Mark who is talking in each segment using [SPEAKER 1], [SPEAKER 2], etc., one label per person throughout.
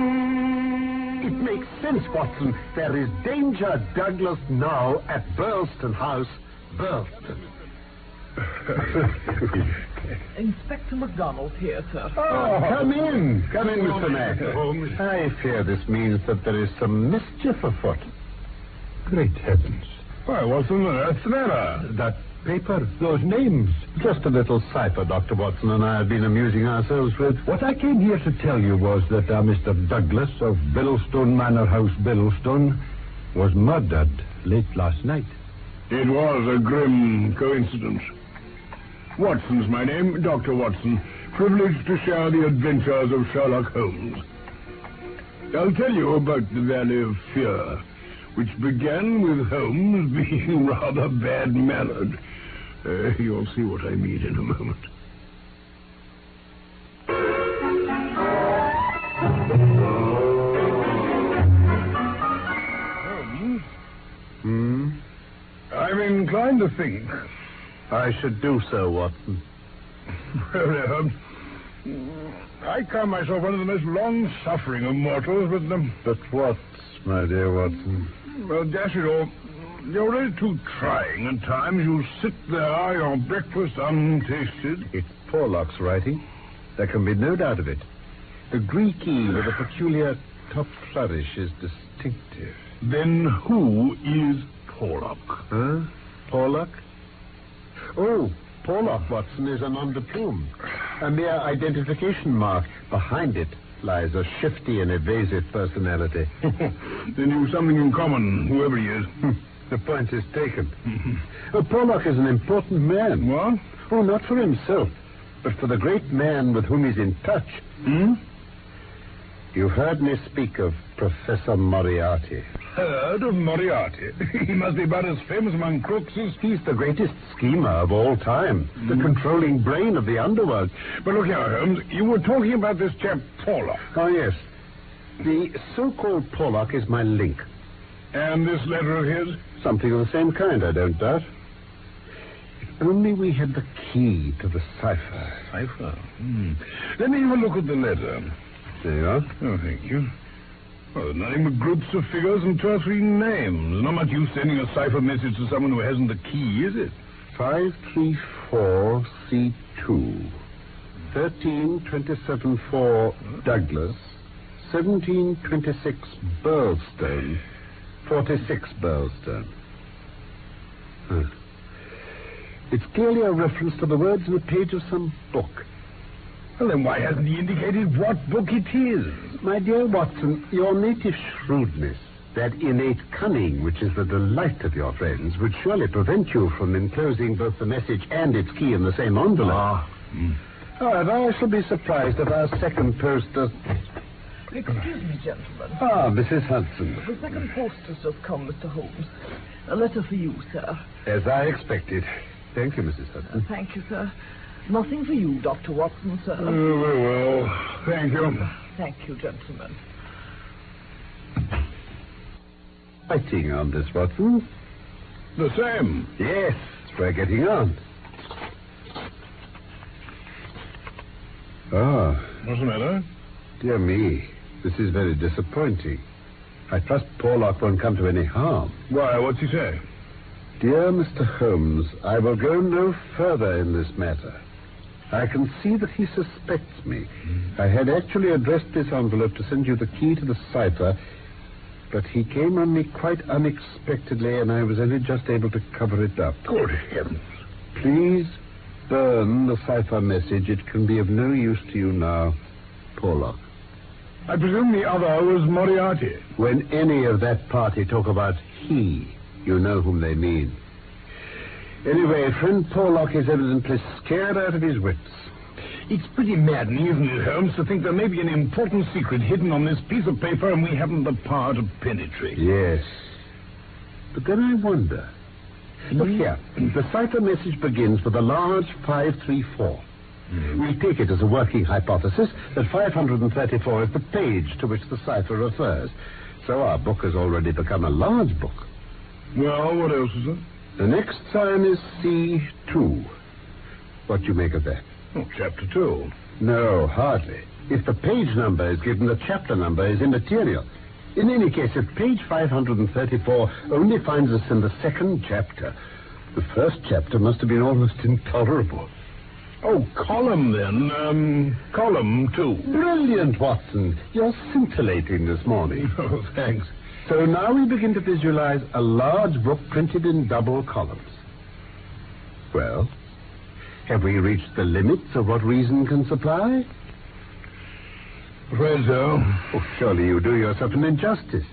[SPEAKER 1] It makes sense, Watson. There is danger, Douglas, now at Burlston House. Burlston.
[SPEAKER 2] Inspector MacDonald here, sir.
[SPEAKER 1] Oh, come in. Come in, Mr. Mack.
[SPEAKER 3] Holmes.
[SPEAKER 1] I fear this means that there is some mischief afoot.
[SPEAKER 3] Great heavens. Why, what on earth's the matter?
[SPEAKER 1] That paper, those names. Just a little cipher Dr. Watson and I have been amusing ourselves with.
[SPEAKER 3] What I came here to tell you was that uh, Mr. Douglas of Bilstone Manor House, Bilstone, was murdered late last night.
[SPEAKER 4] It was a grim coincidence. Watson's my name, Dr. Watson, privileged to share the adventures of Sherlock Holmes. I'll tell you about the Valley of Fear, which began with Holmes being rather bad mannered. Uh, you'll see what I mean in a moment. Holmes?
[SPEAKER 1] Hmm?
[SPEAKER 4] I'm inclined to think
[SPEAKER 1] I should do so, Watson.
[SPEAKER 4] Well, um, I count myself one of the most long suffering of mortals, but, um,
[SPEAKER 1] But what, my dear Watson?
[SPEAKER 4] well, dash it all, you're really too trying at times. You sit there, your breakfast untasted.
[SPEAKER 1] It's Porlock's writing. There can be no doubt of it. The Greek E with a peculiar top flourish is distinctive.
[SPEAKER 4] Then who is Porlock?
[SPEAKER 1] Huh? Porlock? Oh, Porlock, Watson, is an underplume. A mere identification mark. Behind it lies a shifty and evasive personality.
[SPEAKER 4] then you've something in common, whoever he is.
[SPEAKER 1] the point is taken. Uh, Porlock is an important man.
[SPEAKER 4] what?
[SPEAKER 1] Oh, not for himself, but for the great man with whom he's in touch.
[SPEAKER 4] Hmm?
[SPEAKER 1] You've heard me speak of Professor Moriarty.
[SPEAKER 4] Heard of Moriarty. he must be about as famous among crooks as
[SPEAKER 1] He's the greatest schemer of all time, the controlling brain of the underworld.
[SPEAKER 4] But look here, Holmes. You were talking about this chap Porlock,
[SPEAKER 1] Oh, yes. The so called Porlock is my link.
[SPEAKER 4] and this letter of his.
[SPEAKER 1] Something of the same kind, I don't doubt. If only we had the key to the cipher.
[SPEAKER 4] Cipher. Let me have a look at the letter.
[SPEAKER 1] hmm. There you are.
[SPEAKER 4] Oh, thank you. Well, nothing but groups of figures and two or three names. Not much use sending a cipher message to someone who hasn't the key, is it?
[SPEAKER 1] 534C2. 13274 Douglas. 1726 Burlstone. 46 Burlstone. Huh. It's clearly a reference to the words in a page of some book.
[SPEAKER 4] Well, then why hasn't he indicated what book it is?
[SPEAKER 1] My dear Watson, your native shrewdness, that innate cunning which is the delight of your friends, would surely prevent you from enclosing both the message and its key in the same envelope.
[SPEAKER 4] Ah, hmm.
[SPEAKER 1] However, I shall be surprised if our second post does.
[SPEAKER 2] Excuse me, gentlemen.
[SPEAKER 1] Ah, Mrs. Hudson.
[SPEAKER 2] The second post has just come, Mr. Holmes. A letter for you, sir.
[SPEAKER 1] As I expected. Thank you, Mrs. Hudson.
[SPEAKER 2] Thank you, sir. Nothing for you, Dr. Watson, sir.
[SPEAKER 4] Oh, very well. Thank you.
[SPEAKER 2] Thank you, gentlemen.
[SPEAKER 1] Fighting on this, Watson.
[SPEAKER 4] The same.
[SPEAKER 1] Yes, we're getting on. Ah,
[SPEAKER 4] What's the matter?
[SPEAKER 1] dear me. This is very disappointing. I trust Porlock won't come to any harm.
[SPEAKER 4] Why, what's he say?
[SPEAKER 1] Dear Mr. Holmes, I will go no further in this matter. I can see that he suspects me.
[SPEAKER 4] Mm-hmm.
[SPEAKER 1] I had actually addressed this envelope to send you the key to the cipher, but he came on me quite unexpectedly, and I was only just able to cover it up.
[SPEAKER 4] Good heavens.
[SPEAKER 1] Please burn the cipher message. It can be of no use to you now, Porlock.
[SPEAKER 4] I presume the other was Moriarty.
[SPEAKER 1] When any of that party talk about he, you know whom they mean. Anyway, friend Porlock is evidently scared out of his wits.
[SPEAKER 4] It's pretty maddening, isn't it, Holmes, to think there may be an important secret hidden on this piece of paper and we haven't the power to penetrate.
[SPEAKER 1] Yes. But then I wonder. Look here. The cipher message begins with a large 534. We'll take it as a working hypothesis that 534 is the page to which the cipher refers. So our book has already become a large book.
[SPEAKER 4] Well, what else is there?
[SPEAKER 1] The next sign is C2. What do you make of that?
[SPEAKER 4] Oh, chapter two.
[SPEAKER 1] No, hardly. If the page number is given, the chapter number is immaterial. In any case, if page 534 only finds us in the second chapter, the first chapter must have been almost intolerable.
[SPEAKER 4] Oh, column then. Um, column two.
[SPEAKER 1] Brilliant, Watson. You're scintillating this morning.
[SPEAKER 4] Oh, thanks.
[SPEAKER 1] So now we begin to visualize a large book printed in double columns. Well, have we reached the limits of what reason can supply?
[SPEAKER 4] Afraid so.
[SPEAKER 1] Oh, surely you do yourself an injustice.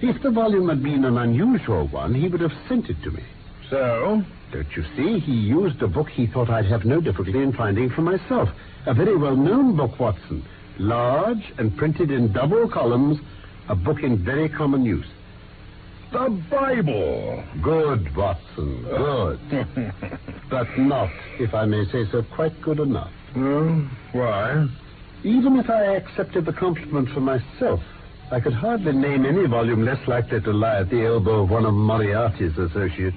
[SPEAKER 1] If the volume had been an unusual one, he would have sent it to me.
[SPEAKER 4] So?
[SPEAKER 1] Don't you see? He used a book he thought I'd have no difficulty in finding for myself. A very well known book, Watson. Large and printed in double columns, a book in very common use.
[SPEAKER 4] The Bible.
[SPEAKER 1] Good, Watson, good. but not, if I may say so, quite good enough.
[SPEAKER 4] Oh, why?
[SPEAKER 1] Even if I accepted the compliment for myself, I could hardly name any volume less likely to lie at the elbow of one of Moriarty's associates.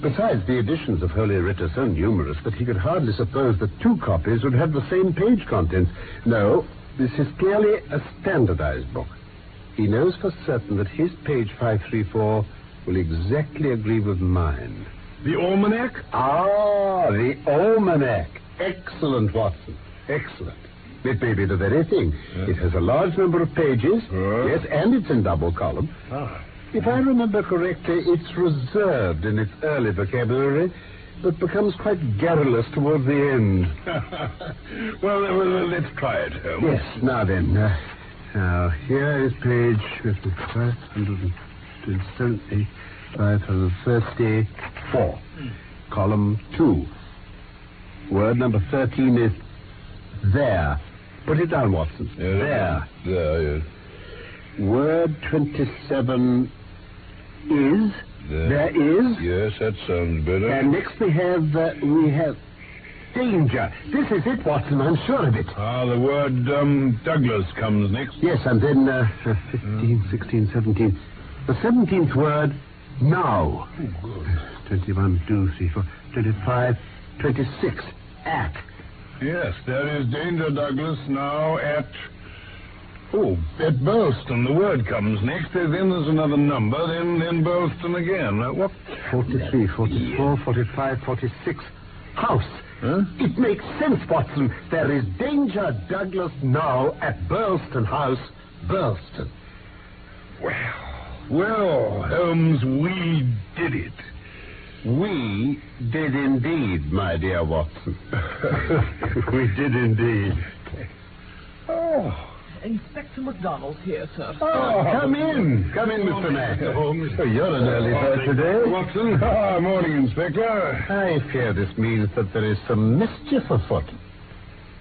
[SPEAKER 1] Besides, the editions of Holy Writ are so numerous that he could hardly suppose that two copies would have the same page contents. No, this is clearly a standardized book. He knows for certain that his page 534 will exactly agree with mine.
[SPEAKER 4] The Almanac?
[SPEAKER 1] Ah, the almanac. Excellent, Watson. Excellent. It may be the very thing. It has a large number of pages.
[SPEAKER 4] Yeah.
[SPEAKER 1] Yes, and it's in double column.
[SPEAKER 4] Ah.
[SPEAKER 1] If I remember correctly, it's reserved in its early vocabulary, but becomes quite garrulous towards the end.
[SPEAKER 4] well, uh, well, uh, let's try it, Holmes.
[SPEAKER 1] Yes, now then. Uh, now, here is page 570, 534, column 2. Word number 13 is there. Put it down, Watson. There.
[SPEAKER 4] There, yes.
[SPEAKER 1] Word 27 is.
[SPEAKER 4] There.
[SPEAKER 1] There is.
[SPEAKER 4] Yes, that sounds better.
[SPEAKER 1] And next we have, uh, we have danger. This is it, Watson. I'm sure of it.
[SPEAKER 4] Ah, the word um, Douglas comes next.
[SPEAKER 1] Yes, and then uh, 15, 16, 17. The 17th word, now. 21, 2, 3, 4, 25, 26. At.
[SPEAKER 4] Yes, there is danger, Douglas, now at. Oh, at Burlston, the word comes next. Then there's another number, then then Burlston again. Uh, what?
[SPEAKER 1] 43, 44, 45, 46. House.
[SPEAKER 4] Huh?
[SPEAKER 1] It makes sense, Watson. There is danger, Douglas, now at Burlston House, Burlston.
[SPEAKER 4] Well, well, Holmes, we did it.
[SPEAKER 1] We did indeed, my dear Watson. we did indeed.
[SPEAKER 4] Oh,
[SPEAKER 2] Inspector MacDonald's here, sir.
[SPEAKER 4] Ah,
[SPEAKER 1] Oh, come in. Come in, Mr. Mack. Oh, you're an early bird today.
[SPEAKER 4] Watson. Ah, morning, Inspector.
[SPEAKER 1] I fear this means that there is some mischief afoot.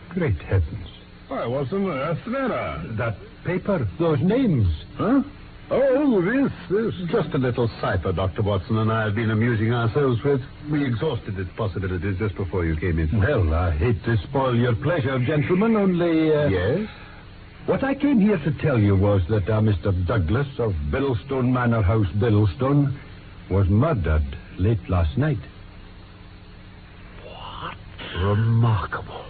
[SPEAKER 1] Great heavens.
[SPEAKER 4] Why, Watson, that's the matter.
[SPEAKER 1] That paper, those names.
[SPEAKER 4] Huh?
[SPEAKER 1] Oh, this, this. Just a little cipher Dr. Watson and I have been amusing ourselves with. We exhausted its possibilities just before you came in.
[SPEAKER 3] Well, I hate to spoil your pleasure, gentlemen, only. Uh,
[SPEAKER 1] yes?
[SPEAKER 3] What I came here to tell you was that uh, Mr. Douglas of Biddlestone Manor House, Biddlestone, was murdered late last night.
[SPEAKER 1] Remarkable.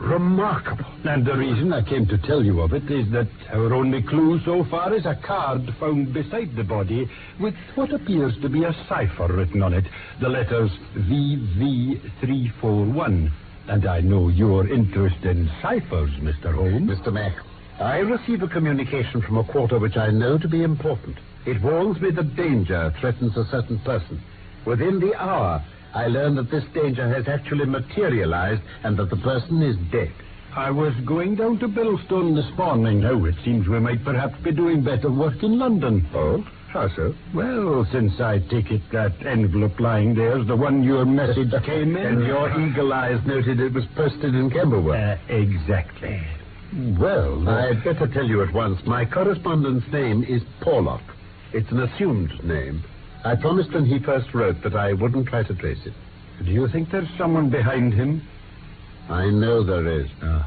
[SPEAKER 1] Remarkable.
[SPEAKER 3] And the reason I came to tell you of it is that our only clue so far is a card found beside the body with what appears to be a cipher written on it, the letters VV341. And I know your interest in ciphers, Mr. Holmes.
[SPEAKER 1] Mr. Mack, I receive a communication from a quarter which I know to be important. It warns me that danger threatens a certain person. Within the hour, I learn that this danger has actually materialized and that the person is dead.
[SPEAKER 3] I was going down to Billstone this morning. Now, it seems we might perhaps be doing better work in London.
[SPEAKER 1] Oh? How so?
[SPEAKER 3] Well, since I take it that envelope lying there's the one your message came in.
[SPEAKER 1] And your eagle eyes noted it was posted in Camberwell.
[SPEAKER 3] Uh, exactly.
[SPEAKER 1] well, I'd better tell you at once. My correspondent's name is Porlock. It's an assumed name. I promised when he first wrote that I wouldn't try to trace it.
[SPEAKER 3] Do you think there's someone behind him?
[SPEAKER 1] I know there is.
[SPEAKER 3] Ah, Uh,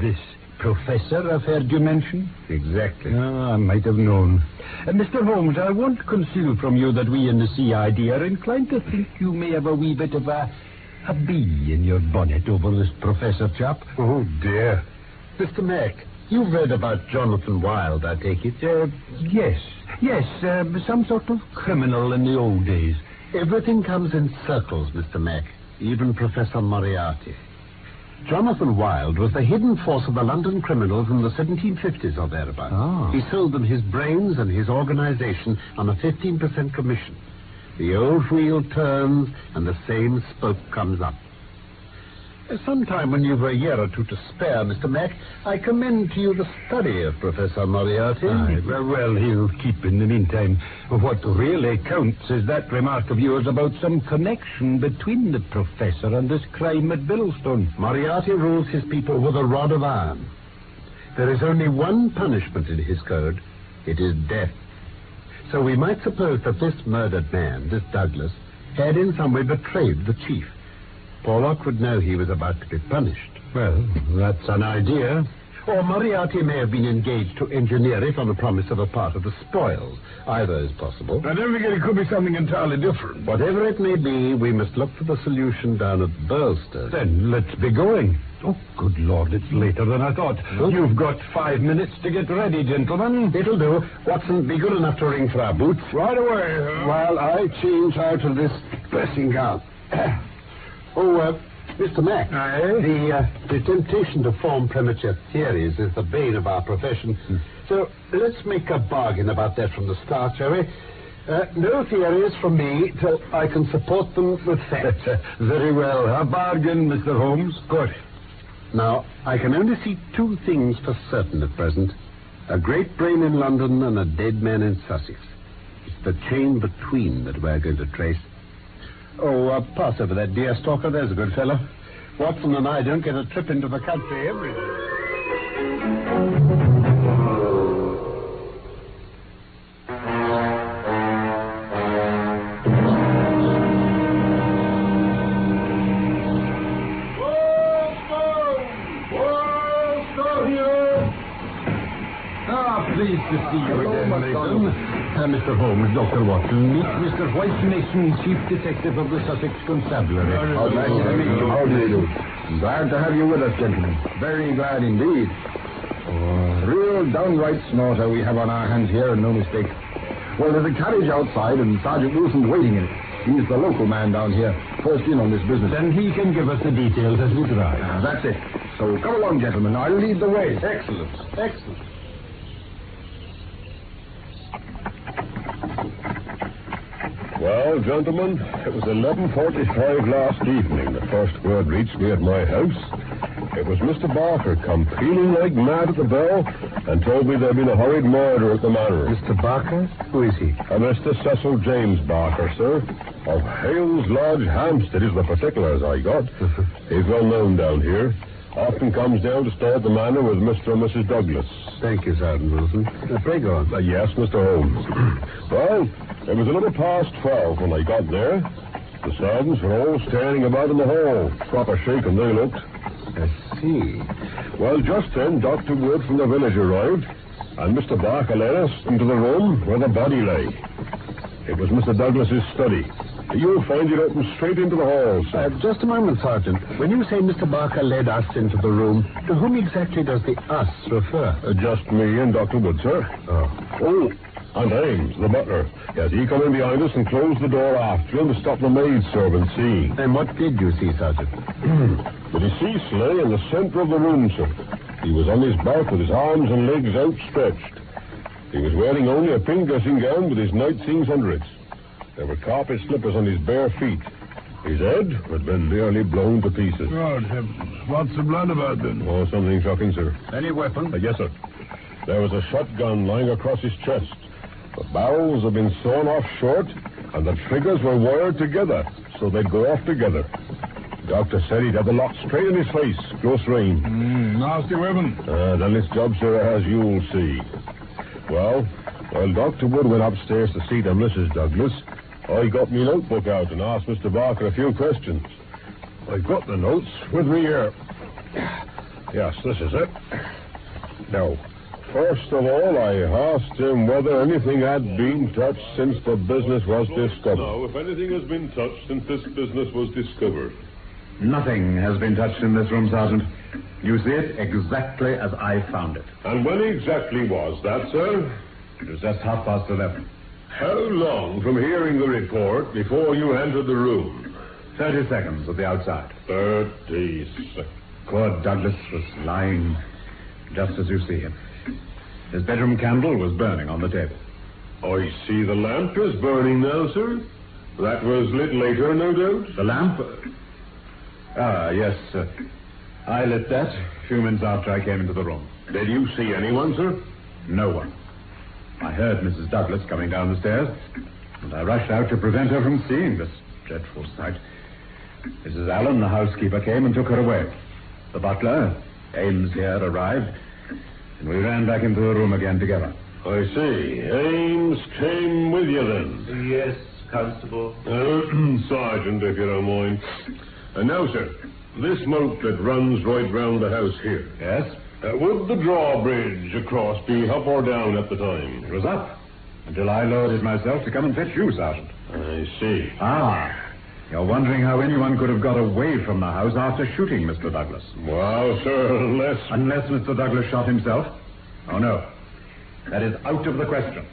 [SPEAKER 3] this Professor, I've heard you mention.
[SPEAKER 1] Exactly.
[SPEAKER 3] Ah, I might have known. Uh, Mr. Holmes, I won't conceal from you that we in the CID are inclined to think you may have a wee bit of a, a bee in your bonnet over this professor chap.
[SPEAKER 1] Oh, dear. Mr. Mack, you've read about Jonathan Wilde, I take it.
[SPEAKER 3] Uh, yes, yes, uh, some sort of criminal in the old days.
[SPEAKER 1] Everything comes in circles, Mr. Mack, even Professor Moriarty. Jonathan Wilde was the hidden force of the London criminals in the 1750s or thereabouts.
[SPEAKER 3] Ah.
[SPEAKER 1] He sold them his brains and his organization on a 15% commission. The old wheel turns and the same spoke comes up. Uh, Sometime when you've a year or two to spare, Mr. Mack, I commend to you the study of Professor Moriarty.
[SPEAKER 4] Ah,
[SPEAKER 3] Aye, well, well, he'll keep in the meantime. What really counts is that remark of yours about some connection between the professor and this crime at Bilstone.
[SPEAKER 1] Moriarty rules his people with a rod of iron. There is only one punishment in his code it is death. So we might suppose that this murdered man, this Douglas, had in some way betrayed the chief. Porlock would know he was about to be punished.
[SPEAKER 3] Well, that's an idea.
[SPEAKER 1] Or Moriarty may have been engaged to engineer it on the promise of a part of the spoils. Either is possible.
[SPEAKER 4] I don't think it could be something entirely different.
[SPEAKER 1] Whatever it may be, we must look for the solution down at Burlstone.
[SPEAKER 3] Then let's be going. Oh, good Lord, it's later than I thought. You've got five minutes to get ready, gentlemen.
[SPEAKER 1] It'll do. Watson, be good enough to ring for our boots.
[SPEAKER 4] Right away, huh?
[SPEAKER 1] While I change out of this dressing gown. oh, uh, Mr. Mack.
[SPEAKER 4] Aye?
[SPEAKER 1] The, uh, the temptation to form premature theories is the bane of our profession. So let's make a bargain about that from the start, shall we? Uh, no theories from me till I can support them with facts.
[SPEAKER 3] Very well. A bargain, Mr. Holmes. Good.
[SPEAKER 1] Now, I can only see two things for certain at present a great brain in London and a dead man in Sussex. It's the chain between that we're going to trace. Oh, uh, pass over that deer stalker. There's a good fellow. Watson and I don't get a trip into the country every day.
[SPEAKER 3] Ah, pleased to see you
[SPEAKER 1] Hello,
[SPEAKER 3] again, Mason.
[SPEAKER 1] Mr.
[SPEAKER 3] Uh, Mr. Holmes, Dr. Watson. Meet Mr. White Mason, Chief Detective of the Sussex Constabulary.
[SPEAKER 4] How nice to meet you.
[SPEAKER 5] How do you do? Glad to have you with us, gentlemen. Very glad indeed. A real downright snorter we have on our hands here, and no mistake. Well, there's a carriage outside, and Sergeant Wilson's waiting in it. He's the local man down here, first in on this business.
[SPEAKER 3] Then he can give us the details as we drive.
[SPEAKER 5] Ah, that's it. So come along, gentlemen. I'll lead the way. Excellent.
[SPEAKER 1] Excellent.
[SPEAKER 4] Well, gentlemen, it was 11.45 last evening. The first word reached me at my house. It was Mr. Barker come pealing like mad at the bell and told me there'd been a hurried murder at the manor.
[SPEAKER 1] Mr. Barker? Who is he?
[SPEAKER 4] A Mr. Cecil James Barker, sir, of Hales Lodge, Hampstead, is the particulars I got. He's well known down here. Often comes down to stay at the manor with Mr. and Mrs. Douglas.
[SPEAKER 1] Thank you, Sergeant Wilson. Uh, pray go on.
[SPEAKER 4] Uh, yes, Mr. Holmes. well, it was a little past twelve when I got there. The servants were all standing about in the hall. Proper shaken they looked.
[SPEAKER 1] I see.
[SPEAKER 4] Well, just then, Dr. Wood from the village arrived, and Mr. Barker led us into the room where the body lay. It was Mr. Douglas's study. You'll find it open straight into the hall,
[SPEAKER 1] Uh,
[SPEAKER 4] sir.
[SPEAKER 1] just a moment, Sergeant. When you say Mr. Barker led us into the room, to whom exactly does the us refer?
[SPEAKER 4] Uh, just me and Dr. Wood, sir. Oh, and Ames, the butler. Yes, he come in behind us and closed the door after him to stop the maid servant seeing.
[SPEAKER 1] And what did you see, Sergeant?
[SPEAKER 4] The deceased lay in the center of the room, sir. He was on his back with his arms and legs outstretched. He was wearing only a pink dressing gown with his night things under it. There were carpet slippers on his bare feet. His head had been nearly blown to pieces.
[SPEAKER 5] Good heavens. What's the blood about then?
[SPEAKER 4] Oh, something shocking, sir.
[SPEAKER 1] Any weapon?
[SPEAKER 4] Uh, yes, sir. There was a shotgun lying across his chest. The barrels had been sawn off short, and the triggers were wired together, so they'd go off together. Doctor said he'd have the lot straight in his face, close range.
[SPEAKER 5] Hmm, nasty weapon.
[SPEAKER 4] Uh, then it's job, sir, as you'll see. Well, while Dr. Wood went upstairs to see to Mrs. Douglas, I got me notebook out and asked Mr. Barker a few questions. I've got the notes with me here. Yes, this is it.
[SPEAKER 5] No. First of all, I asked him whether anything had been touched since the business was discovered.
[SPEAKER 4] Now, if anything has been touched since this business was discovered,
[SPEAKER 5] Nothing has been touched in this room, Sergeant. You see it exactly as I found it.
[SPEAKER 4] and when exactly was that, sir?
[SPEAKER 5] It was just half past eleven.
[SPEAKER 4] How long from hearing the report before you entered the room?
[SPEAKER 5] Thirty seconds at the outside.
[SPEAKER 4] Thirty seconds.
[SPEAKER 5] Poor Douglas was lying just as you see him. His bedroom candle was burning on the table.
[SPEAKER 4] I see the lamp is burning now, sir. That was lit later, no doubt.
[SPEAKER 5] The lamp? uh, Ah, yes. Uh, I lit that a few minutes after I came into the room.
[SPEAKER 4] Did you see anyone, sir?
[SPEAKER 5] No one. I heard Mrs. Douglas coming down the stairs, and I rushed out to prevent her from seeing this dreadful sight. Mrs. Allen, the housekeeper, came and took her away. The butler, Ames here, arrived, and we ran back into the room again together.
[SPEAKER 4] I see. Ames came with you then.
[SPEAKER 1] Yes, Constable.
[SPEAKER 4] Uh, Sergeant, if you don't mind. And now, sir, this moat that runs right round the house here.
[SPEAKER 5] Yes,
[SPEAKER 4] Uh, would the drawbridge across be up or down at the time?
[SPEAKER 5] it was up until I lowered it myself to come and fetch you, Sergeant.
[SPEAKER 4] I see.
[SPEAKER 5] Ah, you're wondering how anyone could have got away from the house after shooting Mr. Douglas.
[SPEAKER 4] Wow, sir, unless
[SPEAKER 5] Unless Mr. Douglas shot himself. Oh, no. That is out of the question.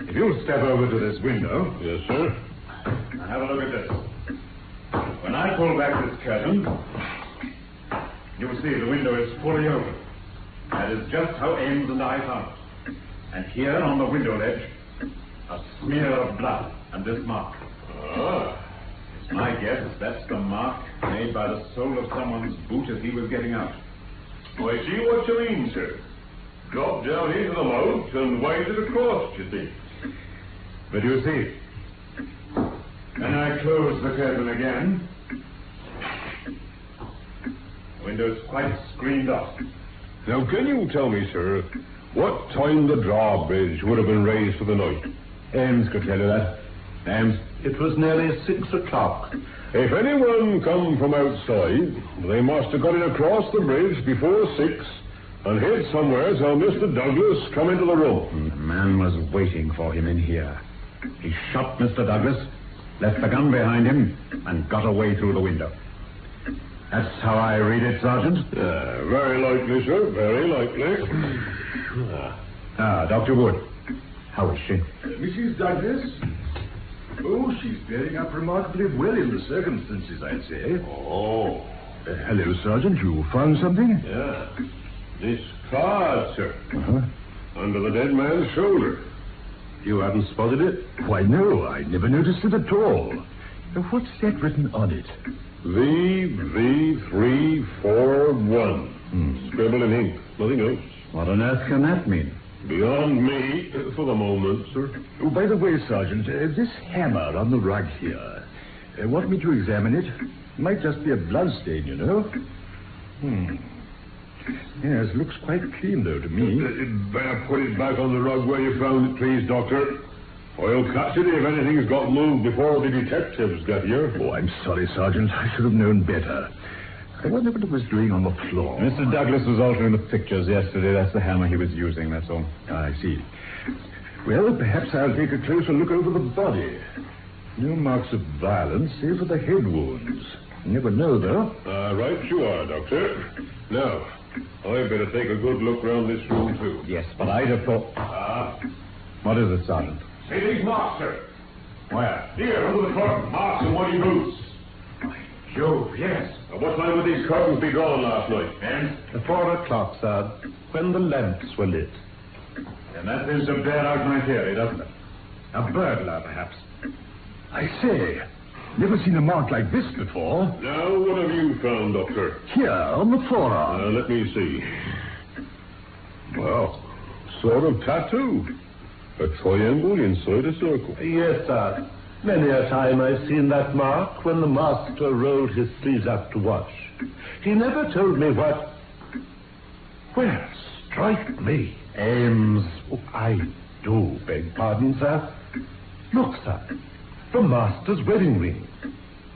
[SPEAKER 5] If you'll step over to this window
[SPEAKER 4] Yes, sir.
[SPEAKER 5] and have a look at this. When I pull back this curtain, you'll see the window is fully open. That is just how Ames and I found it. And here on the window ledge, a smear of blood and this mark.
[SPEAKER 4] Ah.
[SPEAKER 5] It's my guess that's the mark made by the sole of someone's boot as he was getting out.
[SPEAKER 4] I see what you mean, sir. Dropped down into the moat and waded across, you see.
[SPEAKER 5] But you see, when I close the curtain again, the window's quite screened off.
[SPEAKER 4] Now, can you tell me, sir, what time the drawbridge would have been raised for the night?
[SPEAKER 5] Ames could tell you that. Ames?
[SPEAKER 1] It was nearly six o'clock.
[SPEAKER 4] If anyone come from outside, they must have got it across the bridge before six and hid somewhere till Mr. Douglas come into the room.
[SPEAKER 5] The man was waiting for him in here. He shot Mr. Douglas, left the gun behind him, and got away through the window. That's how I read it, Sergeant.
[SPEAKER 4] Uh, very likely, sir, very likely.
[SPEAKER 5] Ah, Dr. Wood. How is she?
[SPEAKER 1] Mrs. Douglas? Oh, she's bearing up remarkably well in the circumstances, I'd say.
[SPEAKER 4] Oh,
[SPEAKER 1] hello, Sergeant. You found something?
[SPEAKER 4] yeah. This card, sir. Under the dead man's shoulder. You haven't spotted it?
[SPEAKER 1] Why, no, I never noticed it at all. Now, What's that written on it?
[SPEAKER 4] VV341. Scribble in ink. Nothing else.
[SPEAKER 5] What on earth can that mean?
[SPEAKER 4] Beyond me uh, for the moment, sir.
[SPEAKER 1] Oh, by the way, Sergeant, uh, this hammer on the rug here, uh, want me to examine it? Might just be a blood stain, you know. Hmm. Yes, looks quite clean, though, to me.
[SPEAKER 4] You'd better put Uh, it back on the rug where you found it, please, Doctor. Or you'll catch it if anything's got moved before the detectives get here.
[SPEAKER 1] Oh, I'm sorry, Sergeant. I should have known better. I wonder what it was doing on the floor.
[SPEAKER 5] Mr. Douglas was altering the pictures yesterday. That's the hammer he was using, that's all.
[SPEAKER 1] I see. Well, perhaps I'll take a closer look over the body. No marks of violence, save for the head wounds. You never know, though.
[SPEAKER 4] Uh, right you are, Doctor. Now, I'd better take a good look round this room, too.
[SPEAKER 5] Yes, but I'd have thought.
[SPEAKER 4] Ah,
[SPEAKER 5] What is it, Sergeant?
[SPEAKER 4] see these marks, sir.
[SPEAKER 5] Where?
[SPEAKER 4] Here, under the curtain, marks in one of your boots.
[SPEAKER 5] Joe, yes.
[SPEAKER 4] Now, what time would these curtains be gone last night?
[SPEAKER 5] And?
[SPEAKER 1] Four o'clock, sir, when the lamps were lit.
[SPEAKER 5] And that seems to bear out my theory, doesn't it? A burglar, perhaps.
[SPEAKER 1] I say, never seen a mark like this before.
[SPEAKER 4] Now, what have you found, Doctor?
[SPEAKER 1] Here, on the forearm.
[SPEAKER 4] Uh, let me see. Well, sort of tattoo. A triangle inside a circle.
[SPEAKER 1] Yes, sir. Many a time I've seen that mark when the master rolled his sleeves up to wash. He never told me what. Well, strike me. Ames. Oh, I do beg pardon, sir. Look, sir. The master's wedding ring.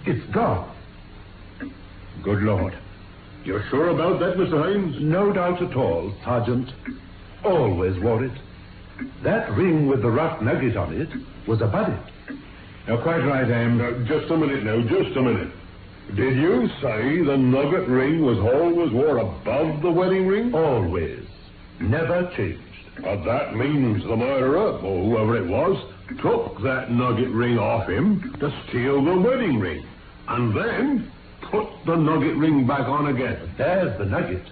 [SPEAKER 1] It's gone.
[SPEAKER 5] Good Lord.
[SPEAKER 4] You're sure about that, Mr. Hines?
[SPEAKER 6] No doubt at all, Sergeant. Always wore it. That ring with the rough nugget on it was a budget.
[SPEAKER 4] You're quite right, Am. just a minute now, just a minute. Did you say the nugget ring was always wore above the wedding ring?
[SPEAKER 6] Always. Never changed.
[SPEAKER 4] But that means the murderer, or whoever it was, took that nugget ring off him to steal the wedding ring. And then put the nugget ring back on again.
[SPEAKER 6] There's the nugget.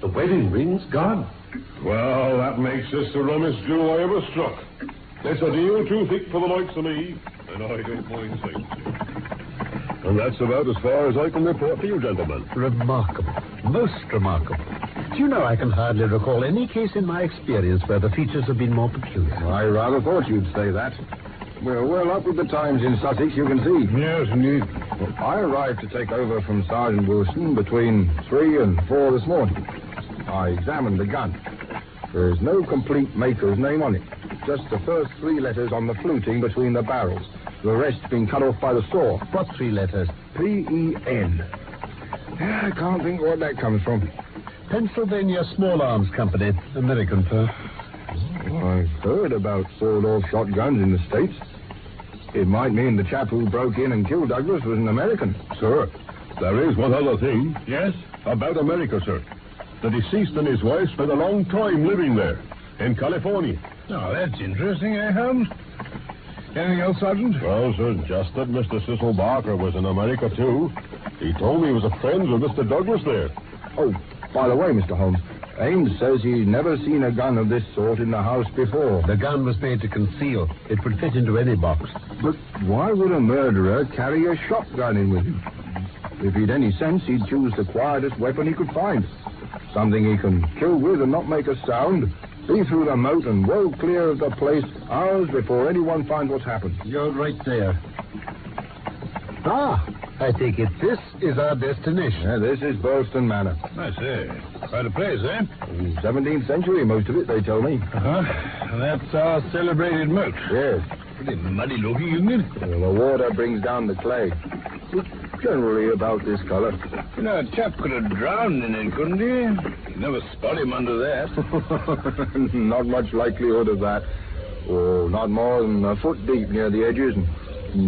[SPEAKER 6] The wedding ring's gone.
[SPEAKER 4] Well, that makes this the rummest jewel I ever struck. It's a deal too thick for the likes of me, and I don't mind saying so. And that's about as far as I can report to you, gentlemen.
[SPEAKER 1] Remarkable. Most remarkable. Do you know I can hardly recall any case in my experience where the features have been more peculiar?
[SPEAKER 7] I rather thought you'd say that. We're well up with the times in Sussex, you can see.
[SPEAKER 8] Yes, indeed.
[SPEAKER 7] Well, I arrived to take over from Sergeant Wilson between three and four this morning. I examined the gun. There's no complete maker's name on it. Just the first three letters on the fluting between the barrels. The rest being cut off by the saw.
[SPEAKER 1] What three letters?
[SPEAKER 7] P-E-N. Yeah, I can't think where that comes from.
[SPEAKER 1] Pennsylvania Small Arms Company, American firm.
[SPEAKER 7] Well, Oh, I've heard about sawed-off shotguns in the States. It might mean the chap who broke in and killed Douglas was an American.
[SPEAKER 4] Sir, there is one other thing.
[SPEAKER 8] Yes?
[SPEAKER 4] About America, sir. The deceased and his wife spent a long time living there, in California.
[SPEAKER 8] Now, that's interesting, eh, Holmes? Anything else, Sergeant?
[SPEAKER 4] Well, sir, just that Mr. Cecil Barker was in America, too. He told me he was a friend of Mr. Douglas there.
[SPEAKER 7] Oh, by the way, Mr. Holmes, Ames says he's never seen a gun of this sort in the house before.
[SPEAKER 1] The gun was made to conceal. It would fit into any box.
[SPEAKER 7] But why would a murderer carry a shotgun in with him? If he'd any sense, he'd choose the quietest weapon he could find. Something he can kill with and not make a sound, be through the moat and well clear of the place hours before anyone finds what's happened.
[SPEAKER 1] You're right there. Ah, I take it this is our destination.
[SPEAKER 7] Yeah, this is Burlston Manor.
[SPEAKER 8] I see. Quite a place, eh?
[SPEAKER 7] 17th century, most of it, they tell me.
[SPEAKER 8] Uh-huh. That's our celebrated moat.
[SPEAKER 7] Yes.
[SPEAKER 8] Pretty muddy looking, isn't it?
[SPEAKER 7] Well, the water brings down the clay. It's generally about this color.
[SPEAKER 8] You know, a chap could have drowned in it, couldn't he? You'd never spot him under that.
[SPEAKER 7] not much likelihood of that. Oh, not more than a foot deep near the edges and,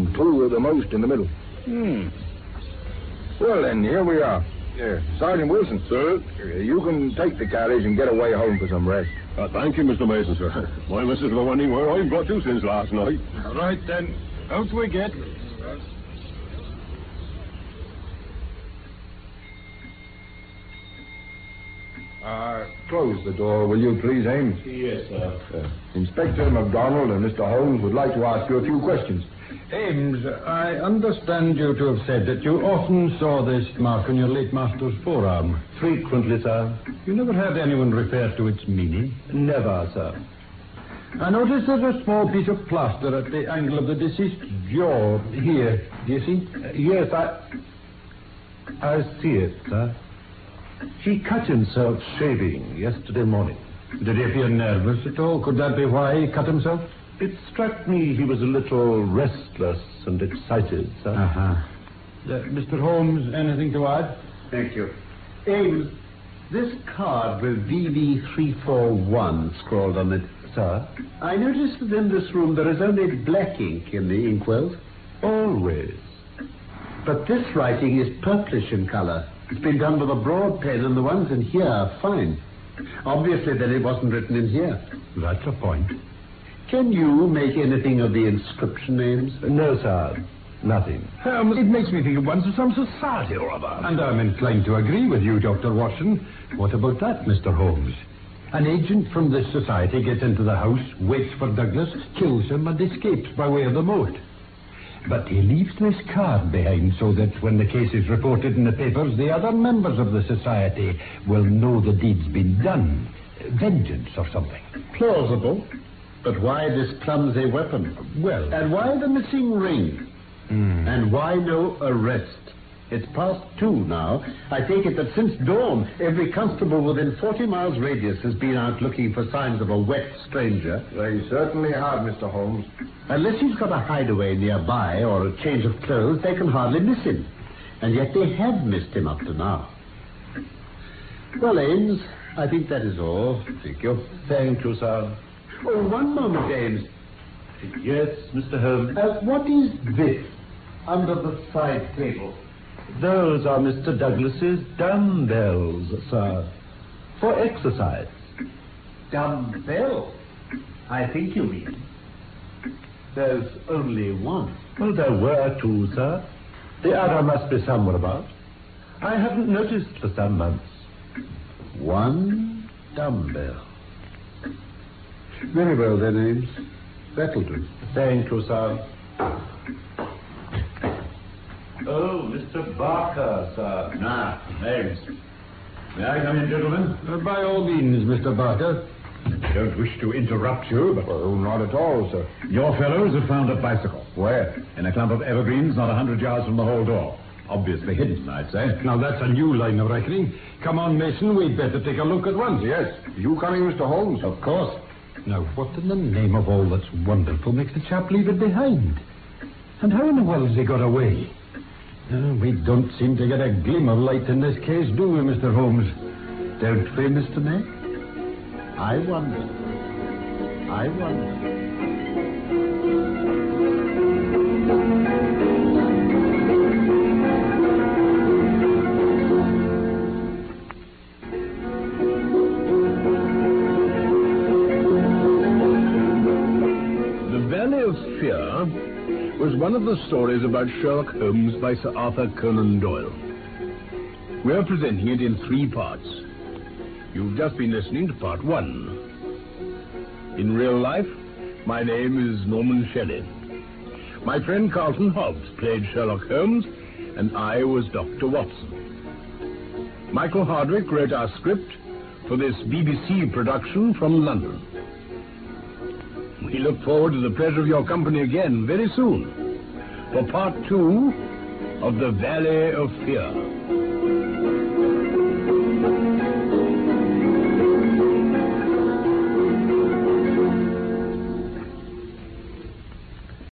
[SPEAKER 7] and two at the most in the middle.
[SPEAKER 8] hmm.
[SPEAKER 7] Well, then, here we are. Here, Sergeant Wilson. Uh,
[SPEAKER 4] Sir?
[SPEAKER 7] You can take the carriage and get away home for some rest.
[SPEAKER 4] Uh, thank you, Mr. Mason, sir. My missus was wondering where I've got to since last night.
[SPEAKER 8] All right, then. Out we get.
[SPEAKER 7] Uh, close the door, will you, please, Ames?
[SPEAKER 6] Yes, sir.
[SPEAKER 7] Uh, Inspector MacDonald and Mr. Holmes would like to ask you a few questions.
[SPEAKER 1] Ames, I understand you to have said that you often saw this mark on your late master's forearm.
[SPEAKER 6] Frequently, sir.
[SPEAKER 1] You never heard anyone refer to its meaning.
[SPEAKER 6] Never, sir.
[SPEAKER 1] I noticed there's a small piece of plaster at the angle of the deceased's jaw here. Do you see?
[SPEAKER 6] Uh, Yes, I. I see it, sir. He cut himself shaving yesterday morning.
[SPEAKER 1] Did he appear nervous at all? Could that be why he cut himself?
[SPEAKER 6] It struck me he was a little restless and excited, sir.
[SPEAKER 1] Uh-huh. Mr. Holmes, anything to add?
[SPEAKER 7] Thank you.
[SPEAKER 1] Ames, this card with VV341 scrawled on it.
[SPEAKER 6] Sir,
[SPEAKER 1] I noticed that in this room there is only black ink in the inkwells,
[SPEAKER 6] always.
[SPEAKER 1] but this writing is purplish in color. It's been done with a broad pen, and the ones in here are fine. Obviously, then it wasn't written in here.
[SPEAKER 6] That's a point.
[SPEAKER 1] Can you make anything of the inscription names? Um,
[SPEAKER 6] No, sir. Nothing.
[SPEAKER 8] Holmes, it makes me think at once of some society or other.
[SPEAKER 1] And I'm inclined to agree with you, Dr. Watson. What about that, Mr. Holmes? An agent from this society gets into the house, waits for Douglas, kills him, and escapes by way of the moat. But he leaves this card behind so that when the case is reported in the papers, the other members of the society will know the deed's been done. Vengeance or something. Plausible. But why this clumsy weapon?
[SPEAKER 6] Well-
[SPEAKER 1] And why the missing ring? And why no arrest? It's past two now. I take it that since dawn, every constable within 40 miles radius has been out looking for signs of a wet stranger.
[SPEAKER 7] They certainly have, Mr. Holmes.
[SPEAKER 1] Unless he's got a hideaway nearby or a change of clothes, they can hardly miss him. And yet they have missed him up to now. Well, Ames, I think that is all. Thank you.
[SPEAKER 9] Thank you, sir.
[SPEAKER 1] Oh, one moment, Ames.
[SPEAKER 9] Yes, Mr. Holmes.
[SPEAKER 1] Uh, what is this under the side table?
[SPEAKER 9] Those are Mr. Douglas's dumbbells, sir, for exercise.
[SPEAKER 1] Dumbbell. I think you mean. There's only one.
[SPEAKER 9] Well, there were two, sir. The other must be somewhere about. I haven't noticed for some months.
[SPEAKER 1] One dumbbell.
[SPEAKER 10] Very well, then, Ames. That'll do.
[SPEAKER 9] Thank you, sir. Oh, Mr. Barker, sir.
[SPEAKER 1] Ah, Ames. May I come in, gentlemen? Uh, by all means, Mr. Barker. I don't wish to interrupt you, but
[SPEAKER 11] Oh, not at all, sir.
[SPEAKER 1] your fellows have found a bicycle.
[SPEAKER 11] Where?
[SPEAKER 1] In a clump of evergreens not a hundred yards from the hall door. Obviously hidden, I'd say. Now, that's a new line of reckoning. Come on, Mason, we'd better take a look at once.
[SPEAKER 11] Yes. You coming, Mr. Holmes?
[SPEAKER 1] Of course. Now, what in the name of all that's wonderful makes the chap leave it behind? And how in the world has he got away? Uh, we don't seem to get a gleam of light in this case, do we, Mr. Holmes? Don't we, Mr. May? I wonder. I wonder.
[SPEAKER 4] The Valley of Fear was one of the stories about Sherlock Holmes by Sir Arthur Conan Doyle. We're presenting it in three parts. You've just been listening to part one. In real life, my name is Norman Shelley. My friend Carlton Hobbs played Sherlock Holmes, and I was Dr. Watson. Michael Hardwick wrote our script for this BBC production from London. We look forward to the pleasure of your company again very soon for part two of The Valley of Fear.